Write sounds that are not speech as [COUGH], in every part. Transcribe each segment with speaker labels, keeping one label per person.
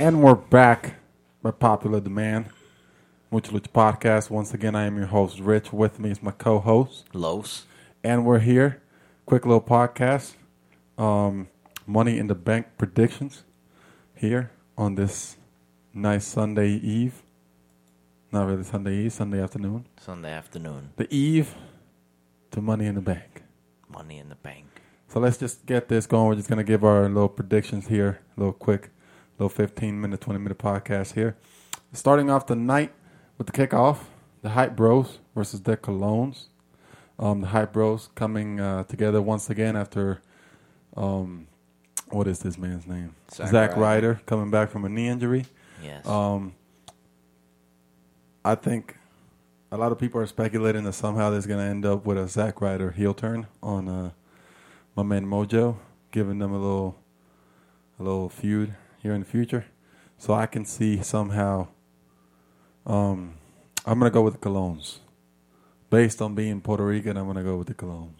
Speaker 1: And we're back by popular demand. Mucha Lucha Podcast. Once again, I am your host, Rich. With me is my co host,
Speaker 2: Los.
Speaker 1: and we're here. Quick little podcast. Um, money in the bank predictions here on this nice Sunday eve. Not really Sunday eve, Sunday afternoon.
Speaker 2: Sunday afternoon.
Speaker 1: The eve to money in the bank.
Speaker 2: Money in the bank.
Speaker 1: So let's just get this going. We're just going to give our little predictions here, a little quick, little 15 minute, 20 minute podcast here. Starting off the night with the kickoff, the Hype Bros versus the Colones. Um, the Hype Bros coming uh, together once again after, um, what is this man's name?
Speaker 2: Zack
Speaker 1: Ryder. Ryder coming back from a knee injury.
Speaker 2: Yes.
Speaker 1: Um, I think a lot of people are speculating that somehow there's going to end up with a Zack Ryder heel turn on uh, my man Mojo, giving them a little, a little feud here in the future. So I can see somehow. Um, I'm going to go with the Colones. Based on being Puerto Rican, I'm going to go with the Colones.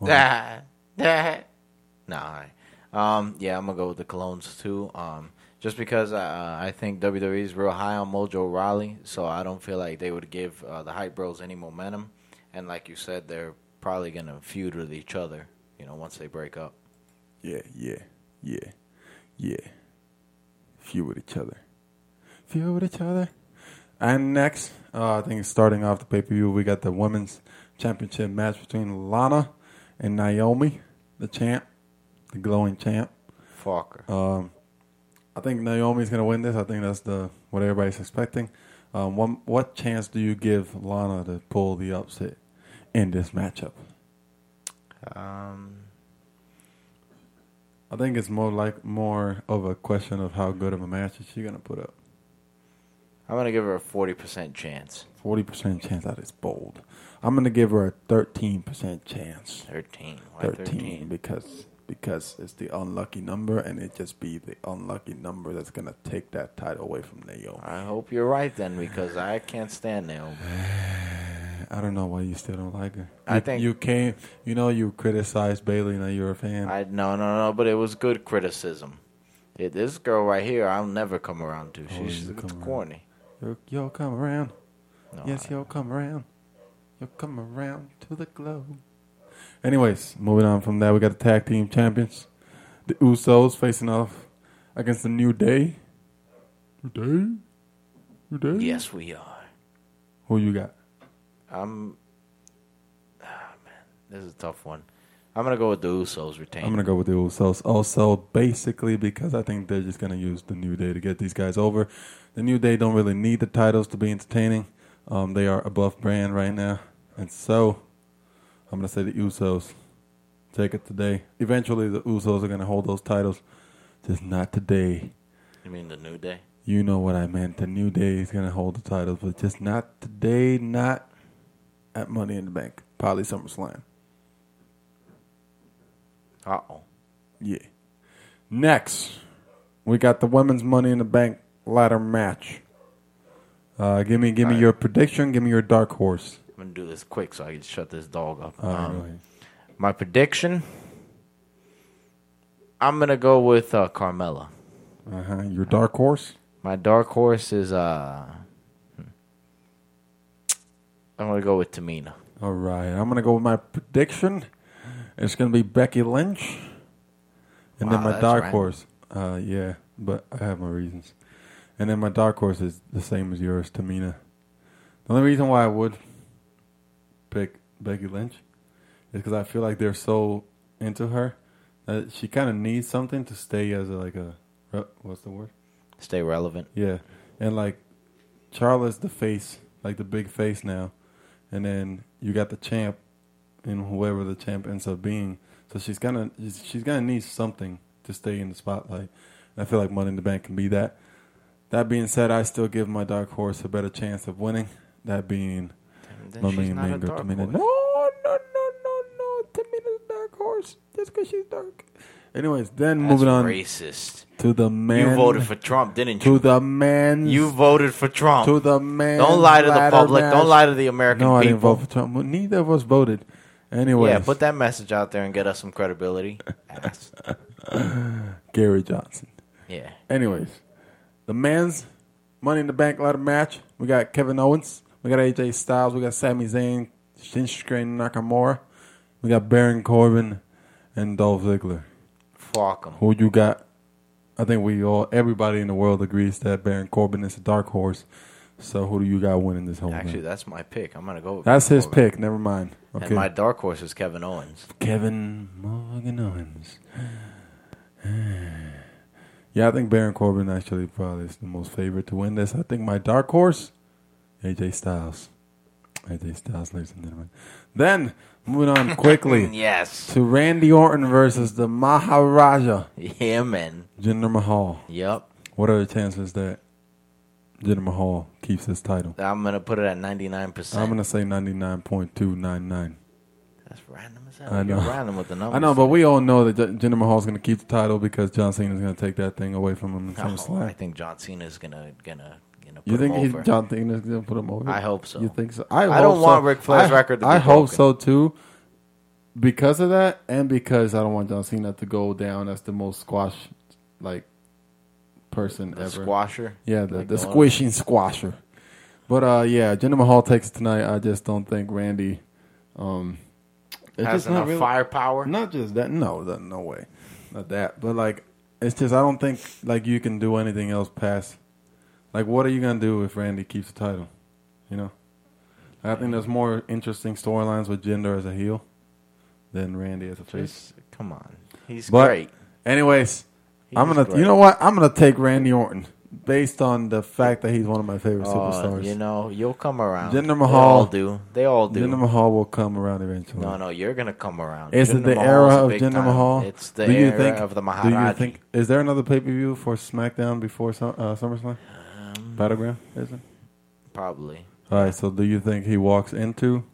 Speaker 1: Well,
Speaker 2: Ah, ah. [LAUGHS] Nah. alright. Um, yeah, I'm gonna go with the Colones too. Um, just because uh, I think WWE is real high on Mojo Rawley, so I don't feel like they would give uh, the Hype Bros any momentum. And like you said, they're probably gonna feud with each other. You know, once they break up.
Speaker 1: Yeah, yeah, yeah, yeah. Few with each other. Few with each other. And next, uh, I think starting off the pay per view, we got the women's championship match between Lana and Naomi, the champ, the glowing champ.
Speaker 2: Fucker.
Speaker 1: Um, I think Naomi's gonna win this. I think that's the what everybody's expecting. Um, what, what chance do you give Lana to pull the upset in this matchup?
Speaker 2: Um,
Speaker 1: I think it's more like more of a question of how good of a match is she gonna put up.
Speaker 2: I'm gonna give her a forty percent chance.
Speaker 1: Forty percent chance that is bold. I'm gonna give her a thirteen percent chance.
Speaker 2: Thirteen. Why
Speaker 1: Thirteen
Speaker 2: thirteen?
Speaker 1: because because it's the unlucky number, and it just be the unlucky number that's gonna take that title away from Naomi.
Speaker 2: I hope you're right then, because I can't stand Naomi.
Speaker 1: I don't know why you still don't like her.
Speaker 2: I
Speaker 1: You-
Speaker 2: think-
Speaker 1: you came. You know you criticized Bailey, now you're a fan.
Speaker 2: I no no no, but it was good criticism. Yeah, this girl right here, I'll never come around to.
Speaker 1: Oh,
Speaker 2: She's
Speaker 1: you
Speaker 2: it's
Speaker 1: come around.
Speaker 2: corny.
Speaker 1: Yo, yo, come around.
Speaker 2: No,
Speaker 1: yes,
Speaker 2: I-
Speaker 1: yo, come around. Yo, come around to the globe. Anyways, moving on from that, we got the tag team champions, the Usos, facing off against the New Day. New Day, New Day.
Speaker 2: Yes, we are.
Speaker 1: Who you got?
Speaker 2: I'm. Ah man, this is a tough one. I'm gonna go with the Usos retain.
Speaker 1: I'm gonna go with the Usos. Also, basically because I think they're just gonna use the New Day to get these guys over. The New Day don't really need the titles to be entertaining. Um, they are above brand right now, and so I'm gonna say the Usos take it today. Eventually, the Usos are gonna hold those titles, just not today.
Speaker 2: You mean the New Day?
Speaker 1: You know what I meant. The New Day is gonna hold the titles, but just not today. Not at Money in the Bank. Probably SummerSlam.
Speaker 2: Uh oh.
Speaker 1: Yeah. Next, we got the women's Money in the Bank ladder match. Uh, give me, give me
Speaker 2: All right.
Speaker 1: your prediction. Give me your dark horse. Uh-huh.
Speaker 2: I'm gonna do this quick so I can shut this dog up.
Speaker 1: All right,
Speaker 2: Um,
Speaker 1: go ahead.
Speaker 2: my prediction. I'm gonna go with uh, Carmella.
Speaker 1: Uh-huh. Your dark horse.
Speaker 2: My dark horse is uh. hmm. I'm gonna go with Tamina.
Speaker 1: All right, I'm gonna go with my prediction. It's gonna be Becky Lynch, and then
Speaker 2: Wow,
Speaker 1: my
Speaker 2: that's
Speaker 1: dark
Speaker 2: random.
Speaker 1: horse. Uh, yeah, but I have my reasons. And then my dark horse is the same as yours, Tamina. The only reason why I would pick Becky Lynch is because I feel like they're so into her that she kind of needs something to stay as a, like a re- what's the word?
Speaker 2: Stay relevant.
Speaker 1: Yeah, and like Charlotte's the face, like the big face now, and then you got the champ, and whoever the champ ends up being. So she's gonna she's gonna need something to stay in the spotlight. And I feel like Money in the Bank can be that. That being said, I still give my dark horse a better chance of winning. That being
Speaker 2: Then
Speaker 1: my
Speaker 2: she's
Speaker 1: main
Speaker 2: not a
Speaker 1: main girl,
Speaker 2: dark
Speaker 1: Tamina.
Speaker 2: horse.
Speaker 1: No, no, no, no, no. Tamina's dark horse just because she's dark. Anyways, then
Speaker 2: That's
Speaker 1: moving on
Speaker 2: Racist.
Speaker 1: to the man.
Speaker 2: you voted for Trump, didn't
Speaker 1: to
Speaker 2: you?
Speaker 1: the man.
Speaker 2: You voted for Trump.
Speaker 1: To the man.
Speaker 2: Don't lie to the
Speaker 1: ladder
Speaker 2: public.
Speaker 1: match.
Speaker 2: Don't lie to the American
Speaker 1: No, I didn't
Speaker 2: people.
Speaker 1: vote for Trump. Well, Neither of us voted. Anyway,
Speaker 2: yeah, put that message out there and get us some credibility. Ass.
Speaker 1: Gary Johnson.
Speaker 2: Yeah.
Speaker 1: Anyways, the men's Money in the Bank ladder match. We got Kevin Owens. We got AJ Styles. We got Sami Zayn, Shinsuke Nakamura. We got Baron Corbin and Dolph Ziggler.
Speaker 2: Fuck 'em.
Speaker 1: Who you got? I think we all, everybody in the world agrees that Baron Corbin is a dark horse. So who do you got winning this whole
Speaker 2: Actually,
Speaker 1: thing?
Speaker 2: that's my pick. I'm gonna go. With
Speaker 1: That's
Speaker 2: Baron
Speaker 1: his
Speaker 2: Corbin.
Speaker 1: pick. Never mind. Okay.
Speaker 2: And my dark horse is Kevin Owens.
Speaker 1: Kevin motherfucking Owens. yeah, I think Baron Corbin actually probably is the most favorite to win this. I think my dark horse, AJ Styles. AJ Styles, ladies and gentlemen. Then, moving on quickly
Speaker 2: Mm, Yes.
Speaker 1: to Randy Orton versus the Maharaja,
Speaker 2: Yeah, man.
Speaker 1: Jinder Mahal.
Speaker 2: Yep.
Speaker 1: What are the chances that Jinder Mahal keeps his title?
Speaker 2: I'm gonna put it at 99. percent
Speaker 1: I'm going to say 99.299.
Speaker 2: That's random as hell.
Speaker 1: I
Speaker 2: You're
Speaker 1: know.
Speaker 2: random with the numbers.
Speaker 1: I know, but we all know that J- Jinder Mahal's going to keep the title because John Cena's going to take that thing away from him in
Speaker 2: Oh, I
Speaker 1: SummerSlam.
Speaker 2: think John Cena's gonna gonna gonna put
Speaker 1: You think
Speaker 2: him
Speaker 1: he,
Speaker 2: over.
Speaker 1: John Cena's going to put him over?
Speaker 2: I hope so.
Speaker 1: You think so? I,
Speaker 2: I don't
Speaker 1: hope
Speaker 2: want
Speaker 1: so.
Speaker 2: Ric Flair's
Speaker 1: I-
Speaker 2: record to
Speaker 1: I
Speaker 2: be
Speaker 1: hope
Speaker 2: broken.
Speaker 1: so too, because of that, and because I don't want John Cena to go down as the most squash like person
Speaker 2: the
Speaker 1: ever.
Speaker 2: squasher.
Speaker 1: Yeah, the,
Speaker 2: Like
Speaker 1: the
Speaker 2: the one-
Speaker 1: squishing squasher. But uh, yeah, Jinder Mahal takes it tonight. I just don't think Randy. Um, it's
Speaker 2: Has
Speaker 1: just not
Speaker 2: enough
Speaker 1: really-
Speaker 2: firepower.
Speaker 1: Not just that. No, that, no way. Not that. But like, it's just I don't think like you can do anything else past. Like, what are you gonna do if Randy keeps the title? You know, I think there's more interesting storylines with Jinder as a heel than Randy as a face.
Speaker 2: Just come on. He's
Speaker 1: But-
Speaker 2: great.
Speaker 1: Anyways, I'm
Speaker 2: He's
Speaker 1: gonna.
Speaker 2: great.
Speaker 1: You know what? I'm gonna take Randy Orton based on the fact that he's one of my favorite
Speaker 2: Oh,
Speaker 1: superstars.
Speaker 2: you know, you'll come around.
Speaker 1: Jinder
Speaker 2: They
Speaker 1: Mahal-
Speaker 2: all do. They all do.
Speaker 1: Jinder Mahal will come around eventually.
Speaker 2: no, no, you're gonna come around.
Speaker 1: Is it
Speaker 2: Jinder
Speaker 1: the
Speaker 2: Mahal's
Speaker 1: era
Speaker 2: a
Speaker 1: of
Speaker 2: big
Speaker 1: Jinder
Speaker 2: time.
Speaker 1: Mahal?
Speaker 2: It's the
Speaker 1: Do you
Speaker 2: era
Speaker 1: think-
Speaker 2: of the
Speaker 1: Do
Speaker 2: Maharaji.
Speaker 1: you think is there another pay per view for SmackDown before Sum- uh, SummerSlam?
Speaker 2: Um,
Speaker 1: Battleground, is it?
Speaker 2: Probably.
Speaker 1: All right. So, do you think he walks into?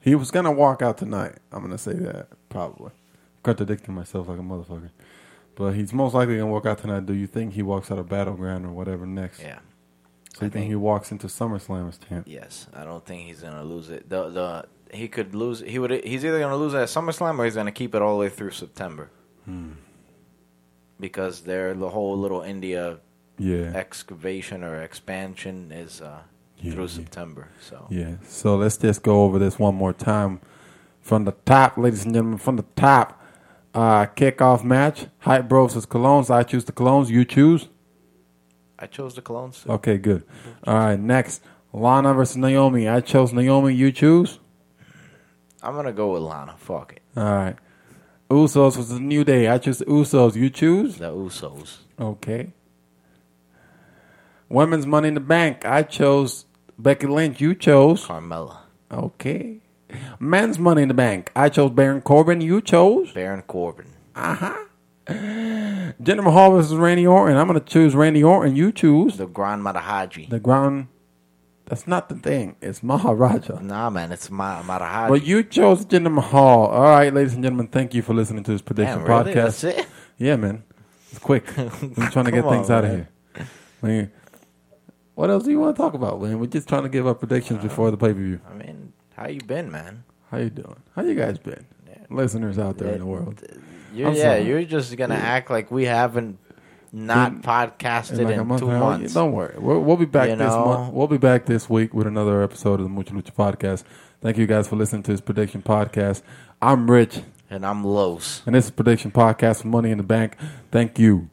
Speaker 1: He was gonna walk out tonight. I'm gonna say that probably. Contradicting myself like a motherfucker, but he's most likely gonna walk out tonight. Do you think he walks out of Battleground or whatever next?
Speaker 2: Yeah.
Speaker 1: So you think, he walks into SummerSlam as champ?
Speaker 2: Yes, I don't think he's gonna lose it. The the he could lose. He would. He's either gonna lose it at SummerSlam or he's gonna keep it all the way through September.
Speaker 1: Hmm.
Speaker 2: Because their the whole little India
Speaker 1: Yeah.
Speaker 2: excavation or expansion is uh,
Speaker 1: Yeah,
Speaker 2: through
Speaker 1: yeah.
Speaker 2: September. So
Speaker 1: Yeah. So let's just go over this one more time. From the top, ladies and gentlemen, from the top, uh, kickoff match. Hype Bros versus Colognes. I choose the Colognes. You choose?
Speaker 2: I chose the clones.
Speaker 1: Okay, good. All right, next. Lana versus Naomi. I chose Naomi. You choose?
Speaker 2: I'm gonna go with Lana. Fuck it.
Speaker 1: All right. Usos versus New Day. I choose the Usos. You choose?
Speaker 2: The Usos.
Speaker 1: Okay. Women's Money in the Bank. I chose Becky Lynch. You chose?
Speaker 2: Carmella.
Speaker 1: Okay. Men's Money in the Bank. I chose Baron Corbin. You chose?
Speaker 2: Baron Corbin.
Speaker 1: Jinder Mahal versus Randy Orton. I'm going to choose Randy Orton. You choose
Speaker 2: The Grand Marahaji.
Speaker 1: the ground. That's not the thing. It's Maharaja.
Speaker 2: Nah, man, it's Ma- Marahaji.
Speaker 1: But you chose Jinder Mahal. All right, ladies and gentlemen, thank you for listening to this prediction
Speaker 2: Damn, really?
Speaker 1: podcast.
Speaker 2: That's it?
Speaker 1: Yeah, man. It's
Speaker 2: [LAUGHS]
Speaker 1: quick. We're trying to get
Speaker 2: Come
Speaker 1: things
Speaker 2: on,
Speaker 1: out of
Speaker 2: man.
Speaker 1: here. I mean, what else do you want to talk about, man? We're just trying to give up predictions before the pay per view.
Speaker 2: I mean, how you been, man?
Speaker 1: How you doing? How you guys been? Listeners out there in the world.
Speaker 2: You're,
Speaker 1: I'm
Speaker 2: yeah,
Speaker 1: sorry.
Speaker 2: you're just gonna act like we haven't not podcasted
Speaker 1: In
Speaker 2: in,
Speaker 1: like a month
Speaker 2: two
Speaker 1: and a half.
Speaker 2: months.
Speaker 1: Don't worry. We'll, we'll be back
Speaker 2: You
Speaker 1: this
Speaker 2: know?
Speaker 1: month. We'll be back this week with another episode of the Mucha Lucha podcast. Thank you guys for listening to this prediction podcast. I'm Rich,
Speaker 2: And I'm Los.
Speaker 1: and this is prediction podcast for Money in the Bank. Thank you.